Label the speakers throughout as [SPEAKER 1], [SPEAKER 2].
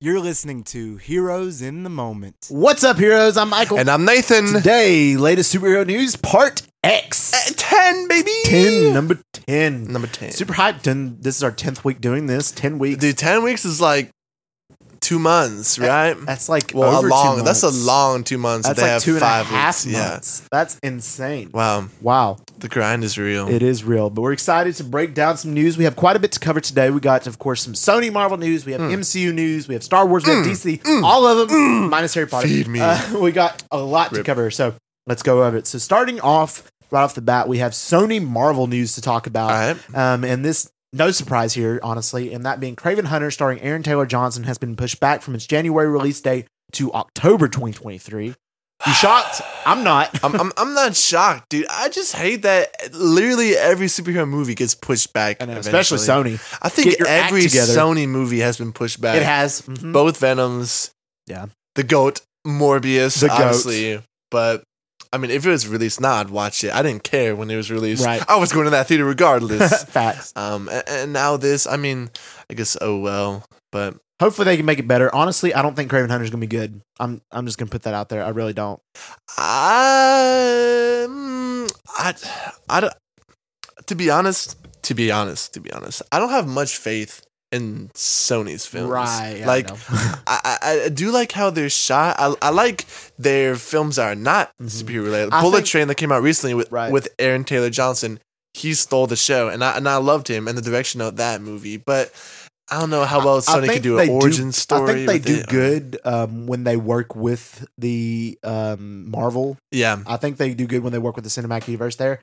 [SPEAKER 1] You're listening to Heroes in the Moment.
[SPEAKER 2] What's up, heroes? I'm Michael.
[SPEAKER 3] And I'm Nathan.
[SPEAKER 2] Today, latest superhero news, part X.
[SPEAKER 3] At 10, baby.
[SPEAKER 2] 10, number 10.
[SPEAKER 3] Number 10.
[SPEAKER 2] Super hyped. And this is our 10th week doing this. 10 weeks.
[SPEAKER 3] Dude, 10 weeks is like two months, right?
[SPEAKER 2] That's like
[SPEAKER 3] well,
[SPEAKER 2] Eh, over
[SPEAKER 3] a
[SPEAKER 2] two
[SPEAKER 3] long, that's a
[SPEAKER 2] months.
[SPEAKER 3] long two months.
[SPEAKER 2] That's
[SPEAKER 3] if they
[SPEAKER 2] like
[SPEAKER 3] have
[SPEAKER 2] two and a
[SPEAKER 3] five
[SPEAKER 2] half
[SPEAKER 3] weeks.
[SPEAKER 2] months. That's insane.
[SPEAKER 3] Yeah. Wow.
[SPEAKER 2] Wow.
[SPEAKER 3] The grind is real.
[SPEAKER 2] It is real, but we're excited to break down some news. We have quite a bit to cover today. We got, of course, some Sony Marvel news. We have
[SPEAKER 3] Mm.
[SPEAKER 2] MCU news. We have Star Wars. we have DC. all of them, minus Harry Potter.
[SPEAKER 3] Feed me.
[SPEAKER 2] Uh, we got a lot to
[SPEAKER 3] Rip.
[SPEAKER 2] cover, so let's go over it. So, starting off right off the bat, we have Sony Marvel news to talk about.
[SPEAKER 3] All right.
[SPEAKER 2] Um, and this, no surprise here, honestly, and that being Craven Hunter starring Aaron Taylor Johnson has been pushed back from its January release date to October 2023. You shocked? I'm not.
[SPEAKER 3] I'm, I'm, I'm not shocked, dude. I just hate that literally every superhero movie gets pushed back.
[SPEAKER 2] Especially
[SPEAKER 3] eventually.
[SPEAKER 2] Sony.
[SPEAKER 3] I think
[SPEAKER 2] Get your act
[SPEAKER 3] every
[SPEAKER 2] together.
[SPEAKER 3] Sony movie has been pushed back.
[SPEAKER 2] It has. mhm.
[SPEAKER 3] Both Venoms.
[SPEAKER 2] Yeah.
[SPEAKER 3] The GOAT, Morbius,
[SPEAKER 2] The goat.
[SPEAKER 3] obviously. But. I mean, if it was released now, I'd watch it. I didn't care when it was released.
[SPEAKER 2] Right.
[SPEAKER 3] I was going to that theater regardless.
[SPEAKER 2] Facts.
[SPEAKER 3] Um, a- and, now this, I mean, I guess oh well, but
[SPEAKER 2] Hopefully they can make it better. Honestly, I don't think Craven Hunter's gonna be good. I'm I'm just gonna put that out there. I really don't.
[SPEAKER 3] I, mm, I, I, don't- to be honest, to be honest, to be honest, I don't have much faith in Sony's films. like I, I, I do like how they're shot. I, I like their films that are not
[SPEAKER 2] Mhm.
[SPEAKER 3] superhero related.
[SPEAKER 2] I
[SPEAKER 3] Bullet
[SPEAKER 2] think-
[SPEAKER 3] Train that came out recently with
[SPEAKER 2] Right.
[SPEAKER 3] with Aaron Taylor Johnson. He stole the show, and I and I loved him and the direction of that movie. But I don't know how well
[SPEAKER 2] I
[SPEAKER 3] Sony
[SPEAKER 2] think
[SPEAKER 3] could do
[SPEAKER 2] they
[SPEAKER 3] an
[SPEAKER 2] do-
[SPEAKER 3] origin
[SPEAKER 2] I think
[SPEAKER 3] story.
[SPEAKER 2] they
[SPEAKER 3] with
[SPEAKER 2] do
[SPEAKER 3] it.
[SPEAKER 2] good um, when they work with the um, Marvel.
[SPEAKER 3] Yeah,
[SPEAKER 2] I think they do good when they work with the cinematic universe there.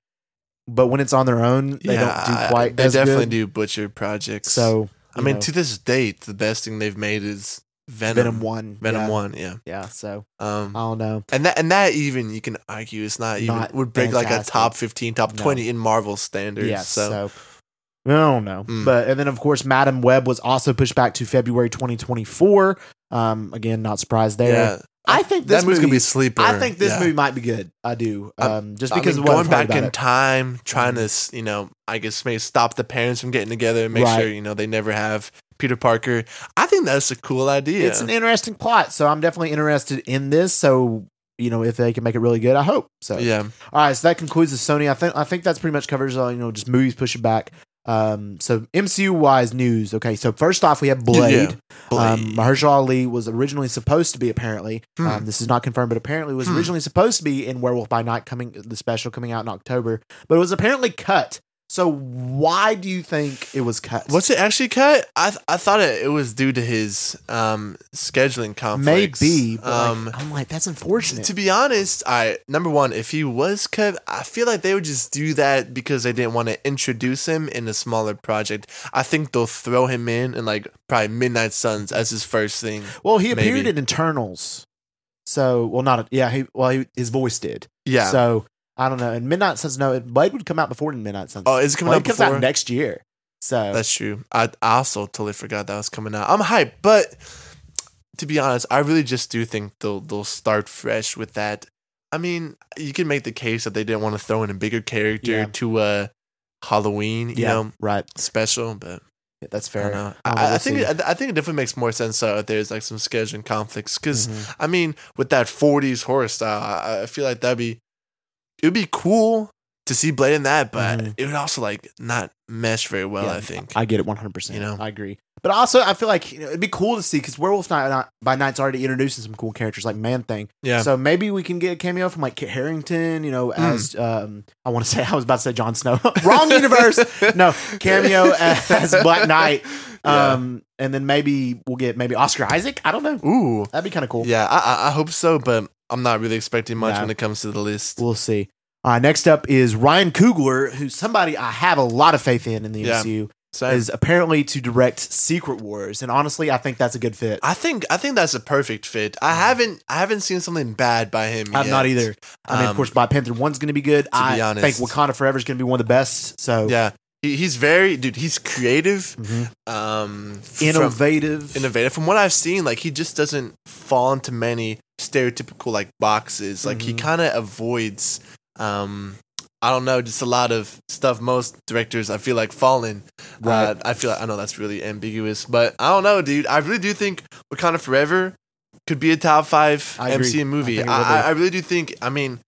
[SPEAKER 2] But when it's on their own, they
[SPEAKER 3] yeah,
[SPEAKER 2] don't
[SPEAKER 3] I-
[SPEAKER 2] do quite.
[SPEAKER 3] They
[SPEAKER 2] as
[SPEAKER 3] definitely
[SPEAKER 2] good.
[SPEAKER 3] do butcher projects.
[SPEAKER 2] So
[SPEAKER 3] I
[SPEAKER 2] you
[SPEAKER 3] mean,
[SPEAKER 2] know,
[SPEAKER 3] to this date, the best thing they've made is Venom.
[SPEAKER 2] Venom One,
[SPEAKER 3] Venom
[SPEAKER 2] yeah.
[SPEAKER 3] One, yeah.
[SPEAKER 2] Yeah, so
[SPEAKER 3] Um,
[SPEAKER 2] I don't know.
[SPEAKER 3] and that and that even you can argue it's not even
[SPEAKER 2] Not
[SPEAKER 3] would break like a
[SPEAKER 2] fantastic.
[SPEAKER 3] top fifteen, top
[SPEAKER 2] No.
[SPEAKER 3] twenty in Marvel standards.
[SPEAKER 2] Yeah,
[SPEAKER 3] so.
[SPEAKER 2] so. I don't know.
[SPEAKER 3] Mm.
[SPEAKER 2] But and then of course Madam Web was also pushed back to February 2024. Um again, not surprised there.
[SPEAKER 3] Yeah,
[SPEAKER 2] I think this
[SPEAKER 3] that movie's
[SPEAKER 2] movie,
[SPEAKER 3] gonna be a sleeper.
[SPEAKER 2] I think this
[SPEAKER 3] yeah.
[SPEAKER 2] movie might be good. I do.
[SPEAKER 3] I'm-
[SPEAKER 2] Um, just
[SPEAKER 3] I
[SPEAKER 2] because of
[SPEAKER 3] mean,
[SPEAKER 2] what
[SPEAKER 3] going
[SPEAKER 2] I've heard
[SPEAKER 3] back in
[SPEAKER 2] about it. Mm-hmm.
[SPEAKER 3] time, trying to s- you know, I guess maybe stop the parents from getting together and make
[SPEAKER 2] Right.
[SPEAKER 3] sure you know they never have Peter Parker. I think that's a cool idea.
[SPEAKER 2] It's an interesting plot, so I'm definitely interested in this. So you know, if they can make it really good, I hope so.
[SPEAKER 3] yeah,
[SPEAKER 2] All right, so that concludes the Sony. I think I think that's pretty much covers uh, you know just movies pushing back. Um, so MCU wise news. Okay, so first off, we have Blade.
[SPEAKER 3] Yeah,
[SPEAKER 2] Um, Mahershala Ali was originally supposed to be apparently.
[SPEAKER 3] eh, Hmm.
[SPEAKER 2] Um, this is not confirmed, but apparently was
[SPEAKER 3] Hmm.
[SPEAKER 2] originally supposed to be in Werewolf by Night coming the special coming out in October, but it was apparently cut. So why do you think it was cut?
[SPEAKER 3] What's it actually cut? I th- I thought it, it was due to his um scheduling conflicts.
[SPEAKER 2] maybe? But like,
[SPEAKER 3] Um,
[SPEAKER 2] I'm like that's
[SPEAKER 3] t-
[SPEAKER 2] unfortunate.
[SPEAKER 3] to be honest, I number one, if he was cut, I feel like they would just do that because they didn't want to introduce him in a smaller project. I think they'll throw him in and like probably Midnight Suns as his first thing.
[SPEAKER 2] well, he appeared
[SPEAKER 3] maybe.
[SPEAKER 2] in Internals. So well, not yeah. He well, he, his voice did.
[SPEAKER 3] Yeah.
[SPEAKER 2] So I don't know. And Midnight Suns, no, Blade would come out before Midnight Suns.
[SPEAKER 3] oh, is it coming
[SPEAKER 2] Blade
[SPEAKER 3] out
[SPEAKER 2] comes
[SPEAKER 3] before?
[SPEAKER 2] out next year. So
[SPEAKER 3] That's true. I, I also totally forgot that was coming out. I'm hyped, but to be honest, I really just do think they'll they'll start fresh with that. I mean, you can make the case that they didn't want to throw in a bigger character
[SPEAKER 2] Yeah.
[SPEAKER 3] to uh Halloween, you
[SPEAKER 2] yeah,
[SPEAKER 3] know,
[SPEAKER 2] right.
[SPEAKER 3] special. But
[SPEAKER 2] Yeah, that's
[SPEAKER 3] I
[SPEAKER 2] fair.
[SPEAKER 3] don't know.
[SPEAKER 2] Oh,
[SPEAKER 3] I, I
[SPEAKER 2] we'll
[SPEAKER 3] think
[SPEAKER 2] see.
[SPEAKER 3] it, I think it definitely makes more sense though if there's like some scheduling conflicts because
[SPEAKER 2] Mhm.
[SPEAKER 3] I mean, with that 40s horror style, I, I feel like that'd be it would be cool to see Blade in that, but
[SPEAKER 2] Mhm.
[SPEAKER 3] it would also like not mesh very well.
[SPEAKER 2] Yeah,
[SPEAKER 3] I think.
[SPEAKER 2] I get it 100%.
[SPEAKER 3] You know?
[SPEAKER 2] I agree. But also, I feel like you know, it'd be cool to see because Werewolf Night, Night by Night's already introducing some cool characters like Man Thing.
[SPEAKER 3] yeah. Hmm.
[SPEAKER 2] So maybe we can get a cameo from like Kit Harrington, you know, as um, I want to say, I was about to say Jon Snow. Wrong universe. No, cameo as Black Knight.
[SPEAKER 3] Yeah.
[SPEAKER 2] Um, and then maybe we'll get maybe Oscar Isaac. I don't know.
[SPEAKER 3] Ooh.
[SPEAKER 2] That'd be kind of cool.
[SPEAKER 3] Yeah, I, I, I hope so, but I'm not really expecting much
[SPEAKER 2] No.
[SPEAKER 3] when it comes to the list.
[SPEAKER 2] We'll see. Uh, next up is Ryan Coogler, who's somebody I have a lot of faith in in the
[SPEAKER 3] Yeah.
[SPEAKER 2] MCU,
[SPEAKER 3] So
[SPEAKER 2] is apparently to direct Secret Wars. And honestly, I think that's a good fit.
[SPEAKER 3] I think I think that's a perfect fit. I haven't I haven't seen something bad by him.
[SPEAKER 2] I'm
[SPEAKER 3] yet.
[SPEAKER 2] Mm-hmm. not either. I mean, of
[SPEAKER 3] Um,
[SPEAKER 2] course, Black Panther one's going to be good. I
[SPEAKER 3] be honest.
[SPEAKER 2] think Wakanda Forever is going to be one of the best. So,
[SPEAKER 3] Yeah, he, he's very dude. He's creative,
[SPEAKER 2] Mhm.
[SPEAKER 3] um, from-
[SPEAKER 2] innovative.
[SPEAKER 3] innovative. From what I've seen, like he just doesn't fall into many stereotypical like boxes. Like he
[SPEAKER 2] Mhm.
[SPEAKER 3] kind of avoids. Um, I don't know, just a lot of stuff most directors I feel like fall in. Uh,
[SPEAKER 2] Right.
[SPEAKER 3] I feel like I know that's really ambiguous, but I don't know, dude. I really do think Wakanda Forever could be a top five
[SPEAKER 2] I agree.
[SPEAKER 3] MCU movie.
[SPEAKER 2] I think it
[SPEAKER 3] I,
[SPEAKER 2] will
[SPEAKER 3] I,
[SPEAKER 2] be.
[SPEAKER 3] I really do think. I mean,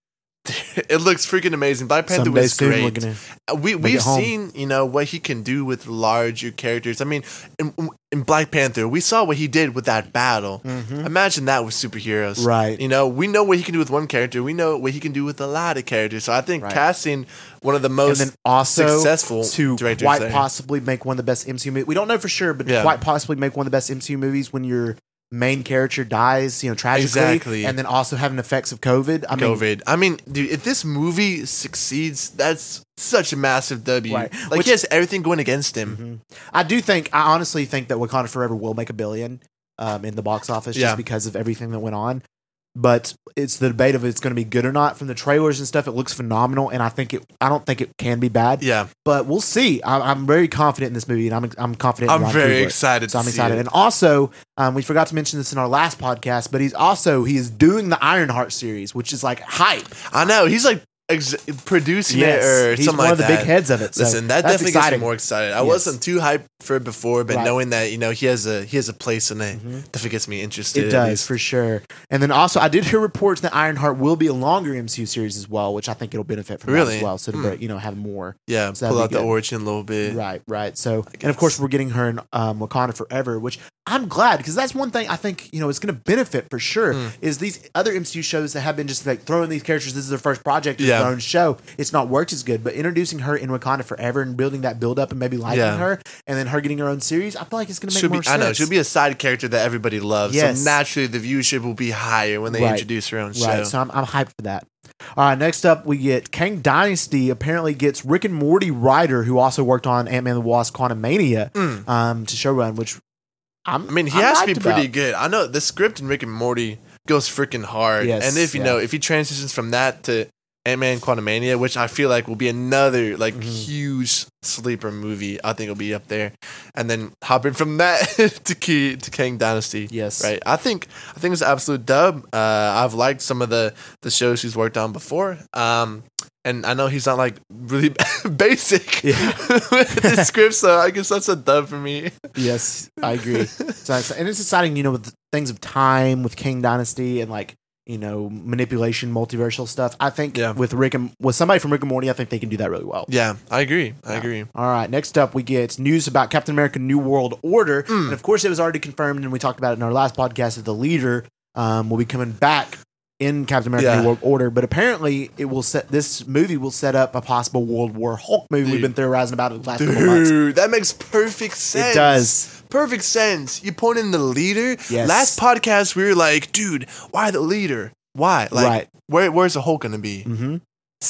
[SPEAKER 3] it looks freaking amazing. Black Panther
[SPEAKER 2] Someday
[SPEAKER 3] was
[SPEAKER 2] soon
[SPEAKER 3] great
[SPEAKER 2] we're gonna
[SPEAKER 3] Uh, we
[SPEAKER 2] Make it
[SPEAKER 3] we've
[SPEAKER 2] home.
[SPEAKER 3] seen you know what he can do with larger characters. I mean, in, in Black Panther, we saw what he did with that battle. Imagine that with superheroes,
[SPEAKER 2] Mm-hmm. Right.
[SPEAKER 3] You know, we know what he can do with one character. We know what he can do with a lot of characters. So I think
[SPEAKER 2] Right.
[SPEAKER 3] casting one of the
[SPEAKER 2] and
[SPEAKER 3] most
[SPEAKER 2] then also
[SPEAKER 3] successful
[SPEAKER 2] to
[SPEAKER 3] directors
[SPEAKER 2] quite
[SPEAKER 3] there.
[SPEAKER 2] possibly make one of the best MCU movies. We don't know for sure, but
[SPEAKER 3] Yeah.
[SPEAKER 2] quite possibly make one of the best MCU movies when your main character dies, you know, tragically,
[SPEAKER 3] Exactly.
[SPEAKER 2] and then also having effects of COVID. I mean,
[SPEAKER 3] COVID. I mean, dude, if this movie succeeds, that's such a massive W.
[SPEAKER 2] Right.
[SPEAKER 3] Like
[SPEAKER 2] Which-
[SPEAKER 3] he has everything going against him.
[SPEAKER 2] Mhm. I do think I honestly think that Wakanda Forever will make a billion um, in the box office
[SPEAKER 3] Yeah.
[SPEAKER 2] just because of everything that went on. But it's the debate of it's going to be good or not. From the trailers and stuff, it looks phenomenal, and I think it. I don't think it can be bad.
[SPEAKER 3] Yeah,
[SPEAKER 2] But we'll see. I, I'm very confident in this movie, and I'm I'm confident. in
[SPEAKER 3] I'm
[SPEAKER 2] Ron
[SPEAKER 3] very
[SPEAKER 2] Kubler.
[SPEAKER 3] excited.
[SPEAKER 2] So I'm
[SPEAKER 3] to see
[SPEAKER 2] excited.
[SPEAKER 3] it.
[SPEAKER 2] And also, um, we forgot to mention this in our last podcast, but he's also he is doing the Ironheart series, which is like hype.
[SPEAKER 3] I know he's like ex- producing it or
[SPEAKER 2] he's
[SPEAKER 3] something
[SPEAKER 2] one
[SPEAKER 3] like
[SPEAKER 2] of the
[SPEAKER 3] that.
[SPEAKER 2] big heads of it. So
[SPEAKER 3] Listen, that
[SPEAKER 2] that's
[SPEAKER 3] definitely gets
[SPEAKER 2] exciting.
[SPEAKER 3] me more excited. I
[SPEAKER 2] Yes.
[SPEAKER 3] wasn't too hyped for it before, but
[SPEAKER 2] Right.
[SPEAKER 3] knowing that you know he has a he has a place in it,
[SPEAKER 2] Mhm.
[SPEAKER 3] definitely gets me interested.
[SPEAKER 2] It
[SPEAKER 3] at
[SPEAKER 2] does
[SPEAKER 3] least.
[SPEAKER 2] for sure. And then also, I did hear reports that Ironheart will be a longer MCU series as well, which I think it'll benefit from that
[SPEAKER 3] Really?
[SPEAKER 2] as well. So to
[SPEAKER 3] Hmm.
[SPEAKER 2] break- you know have more.
[SPEAKER 3] yeah.
[SPEAKER 2] So that'd
[SPEAKER 3] pull
[SPEAKER 2] be
[SPEAKER 3] out the
[SPEAKER 2] good.
[SPEAKER 3] origin a little bit.
[SPEAKER 2] Right, right. So and of course we're getting her in um, Wakanda Forever, which I'm glad because that's one thing I think you know is going to benefit for sure.
[SPEAKER 3] Hmm.
[SPEAKER 2] Is these other MCU shows that have been just like throwing these characters. This is their first project, it's
[SPEAKER 3] Yeah.
[SPEAKER 2] their own show. It's not worked as good, but introducing her in Wakanda Forever and building that build up and maybe liking
[SPEAKER 3] Yeah.
[SPEAKER 2] her, and then her getting her own series. I feel like it's going to make
[SPEAKER 3] Should be,
[SPEAKER 2] more
[SPEAKER 3] I
[SPEAKER 2] sense.
[SPEAKER 3] know. She'll be a side character that everybody loves.
[SPEAKER 2] Yes.
[SPEAKER 3] So naturally, the viewership will be higher when they
[SPEAKER 2] Right.
[SPEAKER 3] introduce her own show.
[SPEAKER 2] Right, so I'm, I'm hyped for that. All right, next up we get Kang Dynasty apparently gets Rick and Morty writer, who also worked on Ant Man and the Wasp: Quantumania,
[SPEAKER 3] Mm.
[SPEAKER 2] um, to showrun, which I'm
[SPEAKER 3] I mean, he
[SPEAKER 2] I'm
[SPEAKER 3] has to
[SPEAKER 2] hyped
[SPEAKER 3] be pretty
[SPEAKER 2] about.
[SPEAKER 3] good. I know the script in Rick and Morty goes freaking hard.
[SPEAKER 2] Yes,
[SPEAKER 3] and if you
[SPEAKER 2] yeah.
[SPEAKER 3] know, if he transitions from that to Ant Man Quantumania, which I feel like will be another like
[SPEAKER 2] Mhm.
[SPEAKER 3] huge sleeper movie, I think it'll be up there. And then hopping from that to Key to Kang Dynasty.
[SPEAKER 2] Yes,
[SPEAKER 3] Right. I think I think it's an absolute dub. Uh, I've liked some of the the shows he's worked on before. Um and I know he's not like really basic
[SPEAKER 2] Yeah.
[SPEAKER 3] with the script, so I guess that's a dub for me.
[SPEAKER 2] Yes, I agree. so, it's- and it's exciting, you know, with things of time, with King Dynasty, and like you know, manipulation, multiversal stuff. I think
[SPEAKER 3] Yeah.
[SPEAKER 2] with Rick and with somebody from Rick and Morty, I think they can do that really well.
[SPEAKER 3] Yeah, I agree. I agree.
[SPEAKER 2] All right, next up we get news about Captain America New World Order.
[SPEAKER 3] Mm.
[SPEAKER 2] And of course, it was already confirmed, and we talked about it in our last podcast that the leader um, will be coming back in Captain America
[SPEAKER 3] Yeah.
[SPEAKER 2] New World Order. But apparently, it will set this movie will set up a possible World War Hulk movie we've
[SPEAKER 3] Dude.
[SPEAKER 2] been theorizing about it the last couple months.
[SPEAKER 3] Dude, that makes perfect sense.
[SPEAKER 2] It does.
[SPEAKER 3] Perfect sense. You point in the leader.
[SPEAKER 2] Yes.
[SPEAKER 3] Last podcast, we were like, dude, why the leader? Why? Like,
[SPEAKER 2] Right.
[SPEAKER 3] where, where's the Hulk going to be?
[SPEAKER 2] hmm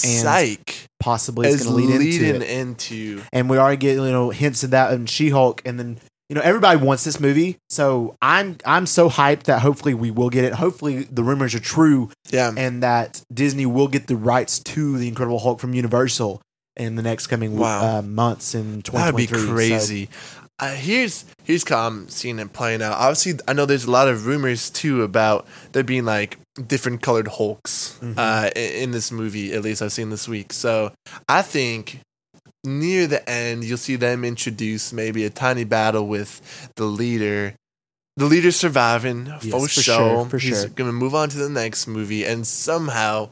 [SPEAKER 3] Psych.
[SPEAKER 2] Possibly it's
[SPEAKER 3] Is
[SPEAKER 2] going to lead into
[SPEAKER 3] leading
[SPEAKER 2] it.
[SPEAKER 3] into.
[SPEAKER 2] and we already get you know hints of that in She Hulk, and then you know everybody wants this movie, so I'm I'm so hyped that hopefully we will get it. Hopefully the rumors are true,
[SPEAKER 3] Yeah.
[SPEAKER 2] and that Disney will get the rights to the Incredible Hulk from Universal in the next coming
[SPEAKER 3] Wow.
[SPEAKER 2] uh, months in
[SPEAKER 3] That would be
[SPEAKER 2] 2023.
[SPEAKER 3] crazy. Uh, here's here's how I'm seeing it playing out. Obviously, I know there's a lot of rumors too about there being like different colored Hulks
[SPEAKER 2] Mhm.
[SPEAKER 3] uh, in, in this movie. At least I've seen this week. So I think near the end you'll see them introduce maybe a tiny battle with the leader. The leader surviving
[SPEAKER 2] Yes,
[SPEAKER 3] for,
[SPEAKER 2] for
[SPEAKER 3] sure.
[SPEAKER 2] sure, for
[SPEAKER 3] He's
[SPEAKER 2] sure.
[SPEAKER 3] gonna move on to the next movie, and somehow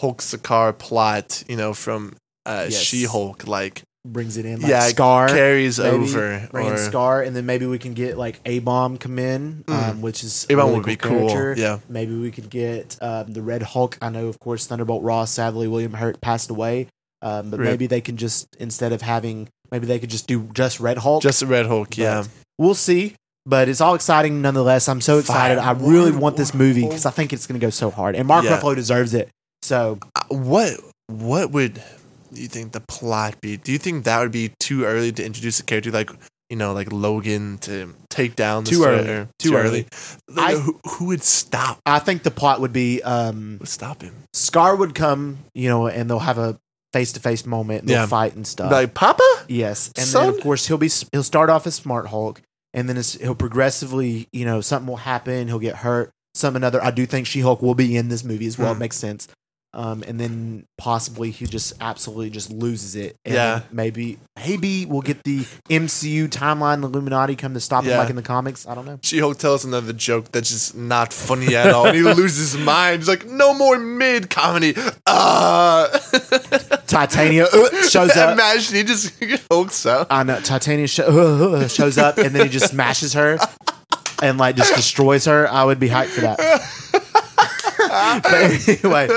[SPEAKER 3] Hulk Sakar plot, you know, from uh,
[SPEAKER 2] Yes.
[SPEAKER 3] She Hulk, like
[SPEAKER 2] So brings it in like
[SPEAKER 3] Yeah,
[SPEAKER 2] Scar.
[SPEAKER 3] carries
[SPEAKER 2] maybe
[SPEAKER 3] over.
[SPEAKER 2] Bring in
[SPEAKER 3] or-
[SPEAKER 2] Scar, and then maybe we can get like A Bomb come in, um, which is a
[SPEAKER 3] Avon
[SPEAKER 2] really
[SPEAKER 3] Mm. would be cool.
[SPEAKER 2] character.
[SPEAKER 3] Yeah.
[SPEAKER 2] Maybe we could get um, the Red Hulk. I know, of course, Thunderbolt Ross. Sadly, William Hurt passed away. Um, but
[SPEAKER 3] Rip.
[SPEAKER 2] maybe they can just instead of having, maybe they could just do just Red Hulk.
[SPEAKER 3] Just a Red Hulk, yeah.
[SPEAKER 2] we'll see. But it's all exciting nonetheless. I'm so excited. I
[SPEAKER 3] Fire
[SPEAKER 2] really
[SPEAKER 3] one
[SPEAKER 2] want this
[SPEAKER 3] more
[SPEAKER 2] movie
[SPEAKER 3] Hulk.
[SPEAKER 2] because I think it's going to go so hard, and Mark
[SPEAKER 3] Yeah.
[SPEAKER 2] Ruffalo deserves it. So
[SPEAKER 3] Uh, What what would you think the plot be? Do you think that would be too early to introduce a character like you know, like Logan to take down the
[SPEAKER 2] Too
[SPEAKER 3] threat,
[SPEAKER 2] early.
[SPEAKER 3] or-
[SPEAKER 2] Too early.
[SPEAKER 3] Like,
[SPEAKER 2] I-
[SPEAKER 3] who, who would stop?
[SPEAKER 2] I think the plot would be um,
[SPEAKER 3] Who would stop him?
[SPEAKER 2] Scar would come, you know, and they'll have a face to face moment. And
[SPEAKER 3] Yeah.
[SPEAKER 2] They'll fight and stuff.
[SPEAKER 3] like Papa?
[SPEAKER 2] Yes, and then
[SPEAKER 3] Son?
[SPEAKER 2] of course he'll be he'll start off as Smart Hulk, and then it's, he'll progressively, you know, something will happen. He'll get hurt, some another. I do think She Hulk will be in this movie as well.
[SPEAKER 3] Hmm.
[SPEAKER 2] It makes sense. um, and then possibly he just absolutely just loses it. And
[SPEAKER 3] Yeah.
[SPEAKER 2] maybe maybe we'll get the MCU timeline Illuminati come to stop him
[SPEAKER 3] Yeah.
[SPEAKER 2] like in the comics. I don't know.
[SPEAKER 3] She Hulk tells another joke that's just not funny at all. and he loses his mind. He's like, no more mid comedy. Uh.
[SPEAKER 2] Titania uh, shows up.
[SPEAKER 3] Imagine he just hulks up.
[SPEAKER 2] I know Titania sho- shows up and then he just smashes her and like just destroys her. I would be hyped for that. but anyway,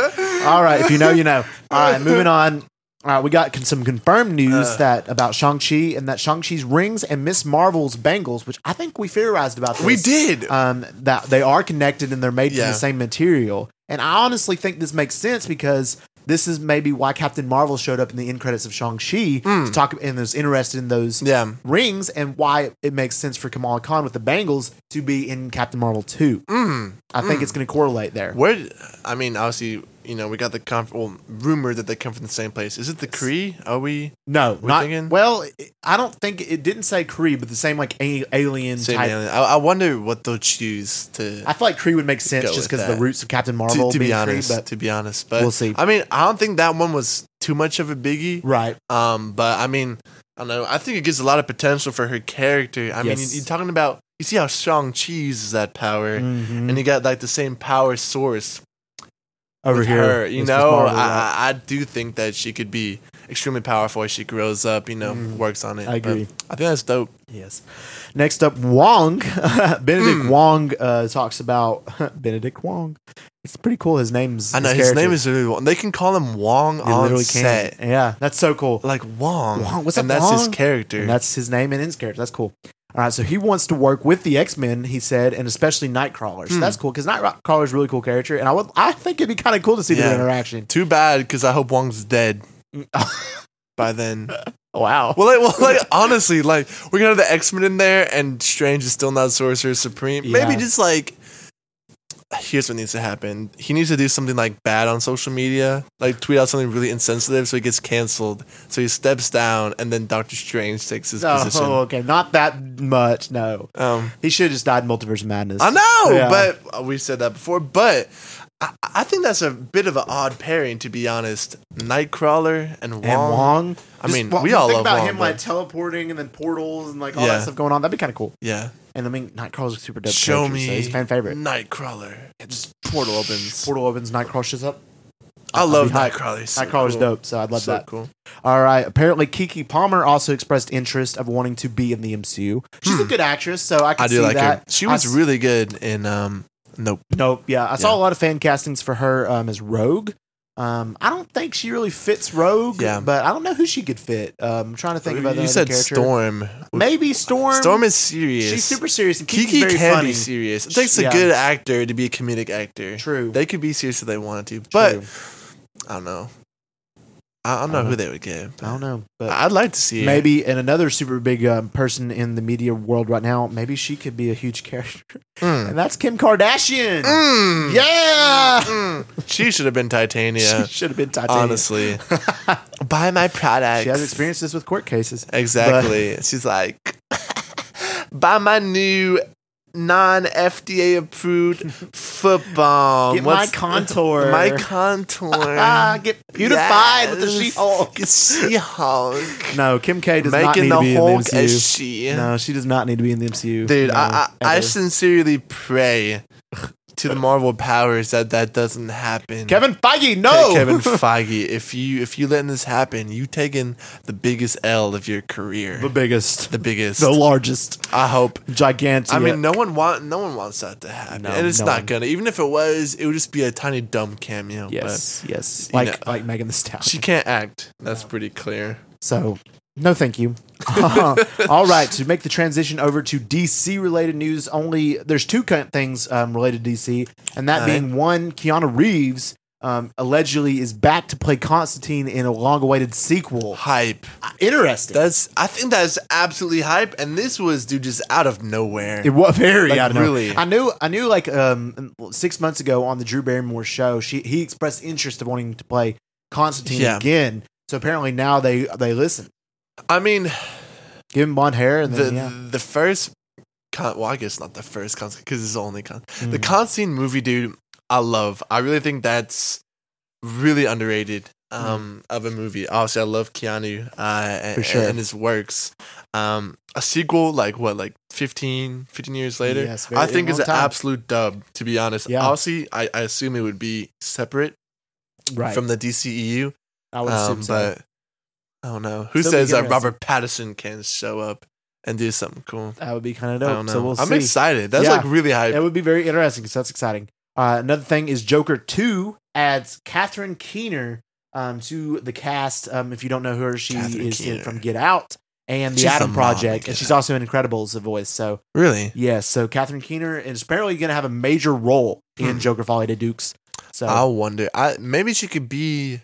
[SPEAKER 2] all right. If you know, you know. All right, moving on. All right, we got con- some confirmed news
[SPEAKER 3] Uh.
[SPEAKER 2] that about Shang Chi and that Shang Chi's rings and Miss Marvel's bangles, which I think we theorized about. This,
[SPEAKER 3] We did.
[SPEAKER 2] um, that they are connected and they're made from
[SPEAKER 3] Yeah.
[SPEAKER 2] the same material. And I honestly think this makes sense because this is maybe why Captain Marvel showed up in the end credits of Shang Chi to talk and was interested in those
[SPEAKER 3] Hmm. yeah.
[SPEAKER 2] rings and why it makes sense for Kamala Khan with the bangles to be in Captain Marvel two.
[SPEAKER 3] Mm.
[SPEAKER 2] I think it's going to correlate there.
[SPEAKER 3] Where? I mean, obviously, you know, we got the conf- well, rumor that they come from the same place. Is it the Kree? Are we?
[SPEAKER 2] No,
[SPEAKER 3] We're
[SPEAKER 2] not
[SPEAKER 3] thinking-
[SPEAKER 2] well. I don't think it didn't say Kree, but the same like a- alien
[SPEAKER 3] Same
[SPEAKER 2] type.
[SPEAKER 3] alien. I, I wonder what they'll choose to.
[SPEAKER 2] I feel like Kree would make sense
[SPEAKER 3] Go
[SPEAKER 2] just
[SPEAKER 3] with
[SPEAKER 2] because the
[SPEAKER 3] that.
[SPEAKER 2] roots of Captain Marvel
[SPEAKER 3] to, to
[SPEAKER 2] being
[SPEAKER 3] be
[SPEAKER 2] Kree,
[SPEAKER 3] honest,
[SPEAKER 2] but
[SPEAKER 3] to be honest, but
[SPEAKER 2] We'll see.
[SPEAKER 3] I mean, I don't think that one was too much of a biggie.
[SPEAKER 2] right.
[SPEAKER 3] Um, but I mean, I don't know. I think it gives a lot of potential for her character. I mean,
[SPEAKER 2] Yes.
[SPEAKER 3] you, are talking about you see how strong cheese is that power,
[SPEAKER 2] Mhm.
[SPEAKER 3] and you got like the same power source
[SPEAKER 2] Over
[SPEAKER 3] with
[SPEAKER 2] here,
[SPEAKER 3] her, you
[SPEAKER 2] Miss
[SPEAKER 3] know,
[SPEAKER 2] Marvel, right.
[SPEAKER 3] I, I I do think that she could be extremely powerful as she grows up. You know, works on it.
[SPEAKER 2] Mm. I
[SPEAKER 3] But
[SPEAKER 2] agree.
[SPEAKER 3] I think that's dope.
[SPEAKER 2] Yes. Next up, Wong. Benedict
[SPEAKER 3] Hmm.
[SPEAKER 2] Wong uh, talks about Benedict Wong. It's pretty cool. His name's.
[SPEAKER 3] I know his,
[SPEAKER 2] character.
[SPEAKER 3] name is really Wong. They can call him Wong
[SPEAKER 2] You
[SPEAKER 3] on
[SPEAKER 2] literally can.
[SPEAKER 3] set,
[SPEAKER 2] Yeah, that's so cool.
[SPEAKER 3] like Wong.
[SPEAKER 2] Wong, what's
[SPEAKER 3] and
[SPEAKER 2] up,
[SPEAKER 3] that's his
[SPEAKER 2] Wong?
[SPEAKER 3] character.
[SPEAKER 2] And that's his name and his character. That's cool. All right, so he wants to work with the X Men. He said, and especially Nightcrawler. So
[SPEAKER 3] Hmm.
[SPEAKER 2] that's cool because Nightcrawler is a really cool character, and I would, I think it'd be kind of cool to see their
[SPEAKER 3] Yeah.
[SPEAKER 2] interaction.
[SPEAKER 3] Too bad, because I hope Wong's dead by then.
[SPEAKER 2] Wow.
[SPEAKER 3] Well, like, well, like honestly, like we're gonna have the X Men in there, and Strange is still not Sorcerer Supreme.
[SPEAKER 2] Yeah.
[SPEAKER 3] Maybe just like here's what needs to happen. He needs to do something like bad on social media, like tweet out something really insensitive, so he gets canceled. So he steps down, and then Doctor Strange takes his
[SPEAKER 2] oh,
[SPEAKER 3] position.
[SPEAKER 2] okay. Not that much. No,
[SPEAKER 3] Um,
[SPEAKER 2] he should have just died in Multiverse of Madness.
[SPEAKER 3] I know,
[SPEAKER 2] Yeah.
[SPEAKER 3] but we said that before. But I, I think that's a bit of an odd pairing, to be honest. Nightcrawler and Wong.
[SPEAKER 2] and Wong.
[SPEAKER 3] I
[SPEAKER 2] Just
[SPEAKER 3] mean,
[SPEAKER 2] wa-
[SPEAKER 3] we
[SPEAKER 2] think
[SPEAKER 3] all love
[SPEAKER 2] about
[SPEAKER 3] Wong,
[SPEAKER 2] him
[SPEAKER 3] but-
[SPEAKER 2] like teleporting and then portals and like all that
[SPEAKER 3] Yeah.
[SPEAKER 2] stuff going on. That'd be kind of cool.
[SPEAKER 3] Yeah,
[SPEAKER 2] And I mean, Nightcrawler's a super dope.
[SPEAKER 3] Show
[SPEAKER 2] character, so
[SPEAKER 3] me
[SPEAKER 2] he's a fan favorite.
[SPEAKER 3] Nightcrawler. Just portal opens.
[SPEAKER 2] Portal opens, Nightcrawler shows up.
[SPEAKER 3] I love
[SPEAKER 2] be hyped.
[SPEAKER 3] Nightcrawler. So
[SPEAKER 2] Nightcrawler's
[SPEAKER 3] cool.
[SPEAKER 2] dope, so I'd love
[SPEAKER 3] so
[SPEAKER 2] that.
[SPEAKER 3] cool.
[SPEAKER 2] All right. Apparently, Kiki Palmer also expressed interest of wanting to be in the MCU. She's a good actress, so I can
[SPEAKER 3] Hmm. I
[SPEAKER 2] see
[SPEAKER 3] do like
[SPEAKER 2] that.
[SPEAKER 3] her. She
[SPEAKER 2] I
[SPEAKER 3] was
[SPEAKER 2] s-
[SPEAKER 3] really good in um Nope.
[SPEAKER 2] Nope. Yeah, I saw
[SPEAKER 3] Yeah.
[SPEAKER 2] a lot of fan castings for her um, as Rogue. Um, I don't think she really fits Rogue,
[SPEAKER 3] Yeah.
[SPEAKER 2] but I don't know who she could fit. Um, I'm trying to think about
[SPEAKER 3] you
[SPEAKER 2] another
[SPEAKER 3] said
[SPEAKER 2] character.
[SPEAKER 3] Storm.
[SPEAKER 2] Maybe Storm.
[SPEAKER 3] Storm is serious.
[SPEAKER 2] She's super serious. And Kiki's
[SPEAKER 3] Kiki
[SPEAKER 2] very
[SPEAKER 3] can
[SPEAKER 2] funny.
[SPEAKER 3] be serious. It takes a
[SPEAKER 2] Yeah.
[SPEAKER 3] good actor to be a comedic actor.
[SPEAKER 2] True.
[SPEAKER 3] They could be serious if they wanted to, but
[SPEAKER 2] True.
[SPEAKER 3] I don't know. I, I don't know who they would get.
[SPEAKER 2] I don't know, but
[SPEAKER 3] I'd like to see her.
[SPEAKER 2] maybe and another super big um, person in the media world right now, maybe she could be a huge character,
[SPEAKER 3] Mm.
[SPEAKER 2] and that's Kim Kardashian.
[SPEAKER 3] Mm.
[SPEAKER 2] Yeah,
[SPEAKER 3] Mm. She should have been
[SPEAKER 2] she
[SPEAKER 3] Titania.
[SPEAKER 2] should have been Titania.
[SPEAKER 3] honestly, buy my products.
[SPEAKER 2] she has experienced this with court cases.
[SPEAKER 3] Exactly. She's like, buy my new non FDA approved football.
[SPEAKER 2] Get
[SPEAKER 3] What's-
[SPEAKER 2] my contour.
[SPEAKER 3] My contour.
[SPEAKER 2] ah, get beautified with the
[SPEAKER 3] Yes.
[SPEAKER 2] She-Hulk.
[SPEAKER 3] Get She-Hulk.
[SPEAKER 2] No, Kim K does not
[SPEAKER 3] Making
[SPEAKER 2] need
[SPEAKER 3] the
[SPEAKER 2] to be in the
[SPEAKER 3] Hulk
[SPEAKER 2] MCU.
[SPEAKER 3] as she.
[SPEAKER 2] No, she does not need to be in the MCU.
[SPEAKER 3] Dude,
[SPEAKER 2] no,
[SPEAKER 3] I, I, I
[SPEAKER 2] ever.
[SPEAKER 3] sincerely pray to the Marvel powers that that doesn't happen.
[SPEAKER 2] Kevin Feige,
[SPEAKER 3] Ke-
[SPEAKER 2] no,
[SPEAKER 3] Kevin Feige, if you if you letting this happen, you taking the biggest L of your career,
[SPEAKER 2] the biggest,
[SPEAKER 3] the biggest.
[SPEAKER 2] the largest,
[SPEAKER 3] I hope
[SPEAKER 2] gigantic.
[SPEAKER 3] I mean, no one want no one wants that to happen,
[SPEAKER 2] No,
[SPEAKER 3] and it's
[SPEAKER 2] no
[SPEAKER 3] not
[SPEAKER 2] one.
[SPEAKER 3] gonna. Even if it was, it would just be a tiny dumb cameo.
[SPEAKER 2] Yes, yes,
[SPEAKER 3] you
[SPEAKER 2] like
[SPEAKER 3] know.
[SPEAKER 2] like Megan the Stallion.
[SPEAKER 3] but she can't act. That's pretty clear.
[SPEAKER 2] so, no, thank you. Uh-huh. All right, to make the transition over to DC related news, only there's two kind of things um, related to DC, and that
[SPEAKER 3] All right.
[SPEAKER 2] being one, Keanu Reeves um, allegedly is back to play Constantine in a long-awaited sequel.
[SPEAKER 3] Hype.
[SPEAKER 2] Uh, Interesting.
[SPEAKER 3] That's. I think that's absolutely hype. And this was dude just out of nowhere.
[SPEAKER 2] It was very
[SPEAKER 3] Like,
[SPEAKER 2] out of nowhere.
[SPEAKER 3] really.
[SPEAKER 2] I knew. I knew. Like um, six months ago on the Drew Barrymore show, she he expressed interest of wanting to play Constantine
[SPEAKER 3] Yeah.
[SPEAKER 2] again. So apparently now they they listen.
[SPEAKER 3] I mean,
[SPEAKER 2] Give him blonde hair and
[SPEAKER 3] the
[SPEAKER 2] then yeah.
[SPEAKER 3] the first. Con- well, I guess not the first
[SPEAKER 2] Mm. Hmm.
[SPEAKER 3] Constantine because it's the only con. The Constantine movie, dude. I love. I really think that's really underrated um, of a movie. Obviously, I love Keanu uh,
[SPEAKER 2] Hmm. For
[SPEAKER 3] and,
[SPEAKER 2] sure.
[SPEAKER 3] and his works. Um, a sequel, like what, like 15, 15 years later?
[SPEAKER 2] Yes, very-
[SPEAKER 3] I think is
[SPEAKER 2] long
[SPEAKER 3] an
[SPEAKER 2] time.
[SPEAKER 3] absolute dub, to be honest.
[SPEAKER 2] Yeah.
[SPEAKER 3] Obviously, I, I assume it would be separate
[SPEAKER 2] right.
[SPEAKER 3] from the DCEU.
[SPEAKER 2] I would assume
[SPEAKER 3] Um,
[SPEAKER 2] so.
[SPEAKER 3] but I don't know. Who
[SPEAKER 2] Still be
[SPEAKER 3] says that
[SPEAKER 2] interesting.
[SPEAKER 3] Robert Pattinson can show up and do something cool?
[SPEAKER 2] that would be kind of
[SPEAKER 3] I
[SPEAKER 2] dope.
[SPEAKER 3] don't know.
[SPEAKER 2] So we'll
[SPEAKER 3] I'm
[SPEAKER 2] see.
[SPEAKER 3] excited. That's
[SPEAKER 2] Yeah.
[SPEAKER 3] like really hype.
[SPEAKER 2] That would be very interesting. So that's exciting. Uh, another thing is Joker Two adds Catherine Keener um, to the cast. Um, if you don't know her, she
[SPEAKER 3] Katherine
[SPEAKER 2] is
[SPEAKER 3] Keener.
[SPEAKER 2] from Get Out and The
[SPEAKER 3] She's the
[SPEAKER 2] Adam
[SPEAKER 3] mom in
[SPEAKER 2] Project,
[SPEAKER 3] Get
[SPEAKER 2] and she's
[SPEAKER 3] Out.
[SPEAKER 2] also in Incredibles the voice. So
[SPEAKER 3] really?
[SPEAKER 2] yes, so Catherine Keener is apparently going to have a major role in
[SPEAKER 3] Hmm.
[SPEAKER 2] Joker Folly to Dukes. So
[SPEAKER 3] I wonder. I maybe she could be.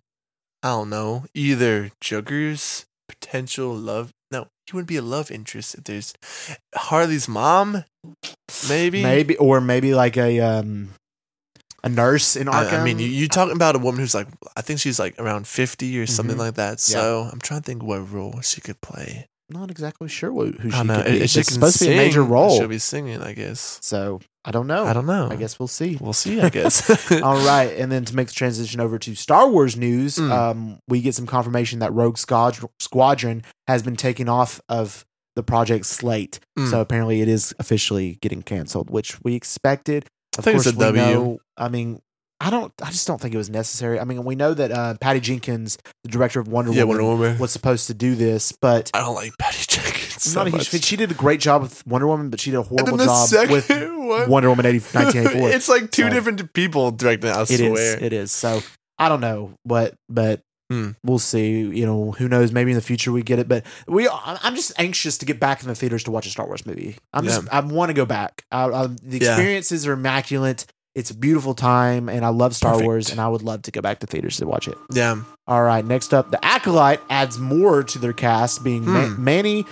[SPEAKER 3] I don't know. Either Joker's potential love. No, he wouldn't be a love interest if there's Harley's mom. Maybe.
[SPEAKER 2] maybe or maybe like a um, a nurse in Arkham.
[SPEAKER 3] I, I mean, you, you're talking about a woman who's like, I think she's like around 50 or something
[SPEAKER 2] Mhm.
[SPEAKER 3] like that. So I'm trying to think what role she could play.
[SPEAKER 2] not exactly sure who, who
[SPEAKER 3] I
[SPEAKER 2] she
[SPEAKER 3] don't know.
[SPEAKER 2] could be.
[SPEAKER 3] If she
[SPEAKER 2] It's
[SPEAKER 3] can
[SPEAKER 2] supposed to be a major
[SPEAKER 3] sing, She'll
[SPEAKER 2] role.
[SPEAKER 3] be singing, I guess.
[SPEAKER 2] so I don't know.
[SPEAKER 3] I don't know.
[SPEAKER 2] I guess we'll see.
[SPEAKER 3] We'll see, I guess.
[SPEAKER 2] All right, and then to make the transition over to Star Wars news,
[SPEAKER 3] Mm.
[SPEAKER 2] um, we get some confirmation that Rogue Squad- Squadron has been taken off of the project slate.
[SPEAKER 3] Mm.
[SPEAKER 2] So apparently, it is officially getting canceled, which we expected. Of
[SPEAKER 3] think it's a
[SPEAKER 2] we
[SPEAKER 3] W.
[SPEAKER 2] know- I mean, I don't. I just don't think it was necessary. I mean, we know that uh, Patty Jenkins, the director of Wonder
[SPEAKER 3] Yeah,
[SPEAKER 2] Woman,
[SPEAKER 3] Wonder Woman.
[SPEAKER 2] was supposed to do this, but.
[SPEAKER 3] I don't like Patty Jenkins.
[SPEAKER 2] I'm
[SPEAKER 3] So
[SPEAKER 2] not a huge
[SPEAKER 3] much.
[SPEAKER 2] fan. She did a great job with Wonder Woman, but she did a
[SPEAKER 3] and
[SPEAKER 2] horrible
[SPEAKER 3] then the
[SPEAKER 2] job with
[SPEAKER 3] second one.
[SPEAKER 2] Wonder Woman 80, 1984.
[SPEAKER 3] it's like two
[SPEAKER 2] So-
[SPEAKER 3] different people directing. it, I
[SPEAKER 2] It is.
[SPEAKER 3] swear.
[SPEAKER 2] It is. So I don't know what, but
[SPEAKER 3] Hmm.
[SPEAKER 2] we'll see. You know, who knows? Maybe in the future we get it. But we, I- I'm just anxious to get back in the theaters to watch a Star Wars movie. I'm just, I want to go back. I, I, the
[SPEAKER 3] Yeah.
[SPEAKER 2] experiences are immaculate. It's a beautiful time, and I love Star
[SPEAKER 3] Perfect.
[SPEAKER 2] Wars, and I would love to go back to theaters to watch it.
[SPEAKER 3] yeah,
[SPEAKER 2] All right, next up, the Acolyte adds more to their cast, being Ma-
[SPEAKER 3] Hmm.
[SPEAKER 2] Manny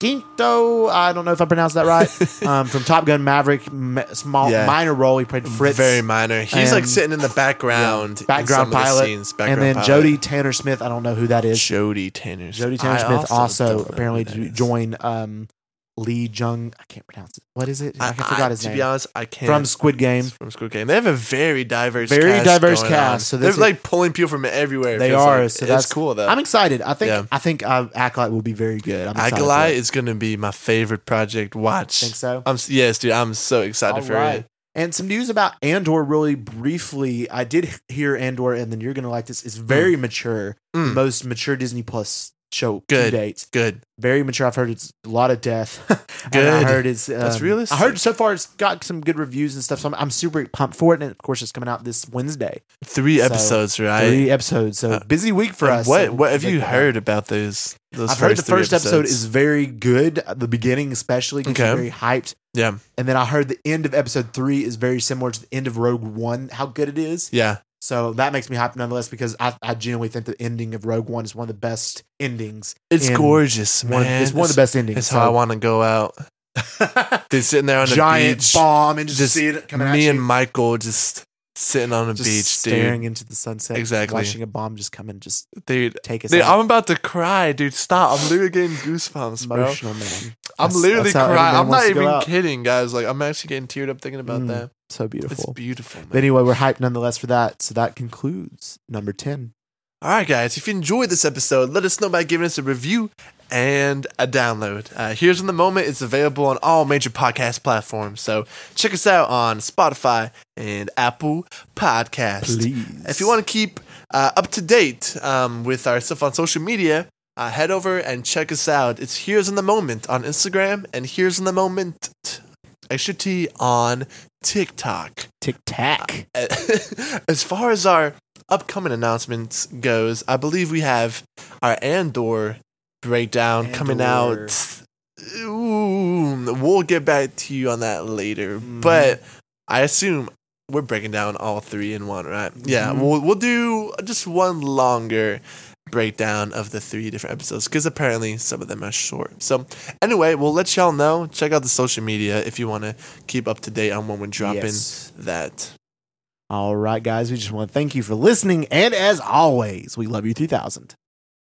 [SPEAKER 2] Jacinto. I don't know if I pronounced that right. um, from Top Gun Maverick, m- small
[SPEAKER 3] Yeah.
[SPEAKER 2] minor role he played Fritz.
[SPEAKER 3] very minor. He's like
[SPEAKER 2] and-
[SPEAKER 3] sitting in the background, in
[SPEAKER 2] Background
[SPEAKER 3] some of the
[SPEAKER 2] pilot,
[SPEAKER 3] scenes,
[SPEAKER 2] and
[SPEAKER 3] background
[SPEAKER 2] then
[SPEAKER 3] pilot.
[SPEAKER 2] Jody Tanner Smith. I don't know who that is.
[SPEAKER 3] Jody Tanner,
[SPEAKER 2] Jody Tanner
[SPEAKER 3] I
[SPEAKER 2] Smith also,
[SPEAKER 3] don't know
[SPEAKER 2] apparently
[SPEAKER 3] who
[SPEAKER 2] jo-
[SPEAKER 3] that is.
[SPEAKER 2] joined um, Lee Jung. I can't pronounce it. What is it? I,
[SPEAKER 3] I, I,
[SPEAKER 2] forgot his
[SPEAKER 3] to
[SPEAKER 2] name.
[SPEAKER 3] be honest, I can't.
[SPEAKER 2] From Squid Game.
[SPEAKER 3] It's from Squid Game, they have a very diverse,
[SPEAKER 2] Very
[SPEAKER 3] cast
[SPEAKER 2] diverse
[SPEAKER 3] going
[SPEAKER 2] cast,
[SPEAKER 3] on.
[SPEAKER 2] so
[SPEAKER 3] they're
[SPEAKER 2] this is-
[SPEAKER 3] like pulling people from everywhere. it
[SPEAKER 2] They
[SPEAKER 3] feels
[SPEAKER 2] are,
[SPEAKER 3] like.
[SPEAKER 2] so
[SPEAKER 3] it's
[SPEAKER 2] that's-
[SPEAKER 3] cool though.
[SPEAKER 2] I'm excited. I think
[SPEAKER 3] Yeah.
[SPEAKER 2] I think uh, Acolyte will be very good. I'm excited for
[SPEAKER 3] Acolyte
[SPEAKER 2] it.
[SPEAKER 3] is gonna be my favorite project. Watch.
[SPEAKER 2] Think so?
[SPEAKER 3] I'm s- yes, dude. I'm so excited
[SPEAKER 2] All
[SPEAKER 3] for
[SPEAKER 2] right.
[SPEAKER 3] it.
[SPEAKER 2] And some news about Andor, really briefly. I did hear Andor, and then you're going to like this. It's very mature,
[SPEAKER 3] Mm.
[SPEAKER 2] most mature Disney Plus show to
[SPEAKER 3] Good.
[SPEAKER 2] date.
[SPEAKER 3] Good.
[SPEAKER 2] Very mature. I've heard it's a lot of death. And I
[SPEAKER 3] Good.
[SPEAKER 2] heard it's um,
[SPEAKER 3] That's realistic.
[SPEAKER 2] I heard so far it's got some good reviews and stuff. So I'm, I'm super pumped for it. And of course, it's coming out this Wednesday.
[SPEAKER 3] Three
[SPEAKER 2] So,
[SPEAKER 3] episodes, right?
[SPEAKER 2] Three episodes. So
[SPEAKER 3] Uh,
[SPEAKER 2] busy week for
[SPEAKER 3] And
[SPEAKER 2] us.
[SPEAKER 3] What
[SPEAKER 2] So
[SPEAKER 3] what have
[SPEAKER 2] check
[SPEAKER 3] you
[SPEAKER 2] that out.
[SPEAKER 3] heard about those? Those
[SPEAKER 2] I've heard the
[SPEAKER 3] three
[SPEAKER 2] first episode
[SPEAKER 3] episodes?
[SPEAKER 2] is very good. The beginning, especially, gets
[SPEAKER 3] Okay.
[SPEAKER 2] you very hyped.
[SPEAKER 3] yeah
[SPEAKER 2] And then I heard the end of episode three is very similar to the end of Rogue One, how good it is.
[SPEAKER 3] yeah
[SPEAKER 2] So that makes me hyped nonetheless because I, I genuinely think the ending of Rogue One is one of the best endings.
[SPEAKER 3] it's
[SPEAKER 2] And
[SPEAKER 3] gorgeous
[SPEAKER 2] One of-
[SPEAKER 3] man
[SPEAKER 2] it's one of the best endings.
[SPEAKER 3] it's how I
[SPEAKER 2] So,
[SPEAKER 3] want to go out they're sitting there on the
[SPEAKER 2] giant
[SPEAKER 3] beach
[SPEAKER 2] bomb and just,
[SPEAKER 3] Just
[SPEAKER 2] see it coming at
[SPEAKER 3] me
[SPEAKER 2] you.
[SPEAKER 3] and Michael just sitting on the
[SPEAKER 2] just
[SPEAKER 3] beach
[SPEAKER 2] staring into the sunset,
[SPEAKER 3] Exactly.
[SPEAKER 2] watching a bomb just come and just
[SPEAKER 3] dude dude
[SPEAKER 2] take us
[SPEAKER 3] Dude,
[SPEAKER 2] out.
[SPEAKER 3] I'm about to cry, dude. Stop. I'm literally getting goosebumps, bro.
[SPEAKER 2] Emotional man,
[SPEAKER 3] I'm
[SPEAKER 2] That's-
[SPEAKER 3] literally
[SPEAKER 2] that's how every
[SPEAKER 3] crying.
[SPEAKER 2] man
[SPEAKER 3] I'm
[SPEAKER 2] wants
[SPEAKER 3] not
[SPEAKER 2] to go
[SPEAKER 3] even
[SPEAKER 2] out.
[SPEAKER 3] kidding, guys. Like, I'm actually getting teared up thinking about
[SPEAKER 2] Mm,
[SPEAKER 3] that.
[SPEAKER 2] so
[SPEAKER 3] It's
[SPEAKER 2] beautiful.
[SPEAKER 3] beautiful, man.
[SPEAKER 2] But anyway, we're hyped nonetheless for that. So that concludes number ten.
[SPEAKER 3] All right, guys, if you enjoyed this episode, let us know by giving us a review and a download. Uh, Here's in the Moment It's available on all major podcast platforms. So check us out on Spotify and Apple Podcasts.
[SPEAKER 2] Please,
[SPEAKER 3] If you want to keep uh, up to date um, with our stuff on social media, uh, head over and check us out. It's Here's in the Moment on Instagram and Here's in the Moment extra T on TikTok
[SPEAKER 2] tic tac.
[SPEAKER 3] as far as our upcoming announcements goes, I believe we have our Andor breakdown coming
[SPEAKER 2] Andor.
[SPEAKER 3] out. Ooh, we'll get back to you on that later.
[SPEAKER 2] Mhm.
[SPEAKER 3] But I assume we're breaking down all three in one, right? Yeah,
[SPEAKER 2] Mhm.
[SPEAKER 3] we'll we'll do just one longer breakdown of the three different episodes because apparently some of them are short. So anyway, we'll let y'all know. Check out the social media if you want to keep up to date on when we're dropping
[SPEAKER 2] Yes.
[SPEAKER 3] that.
[SPEAKER 2] All right, guys, we just want to thank you for listening. And as always, we love you 3000.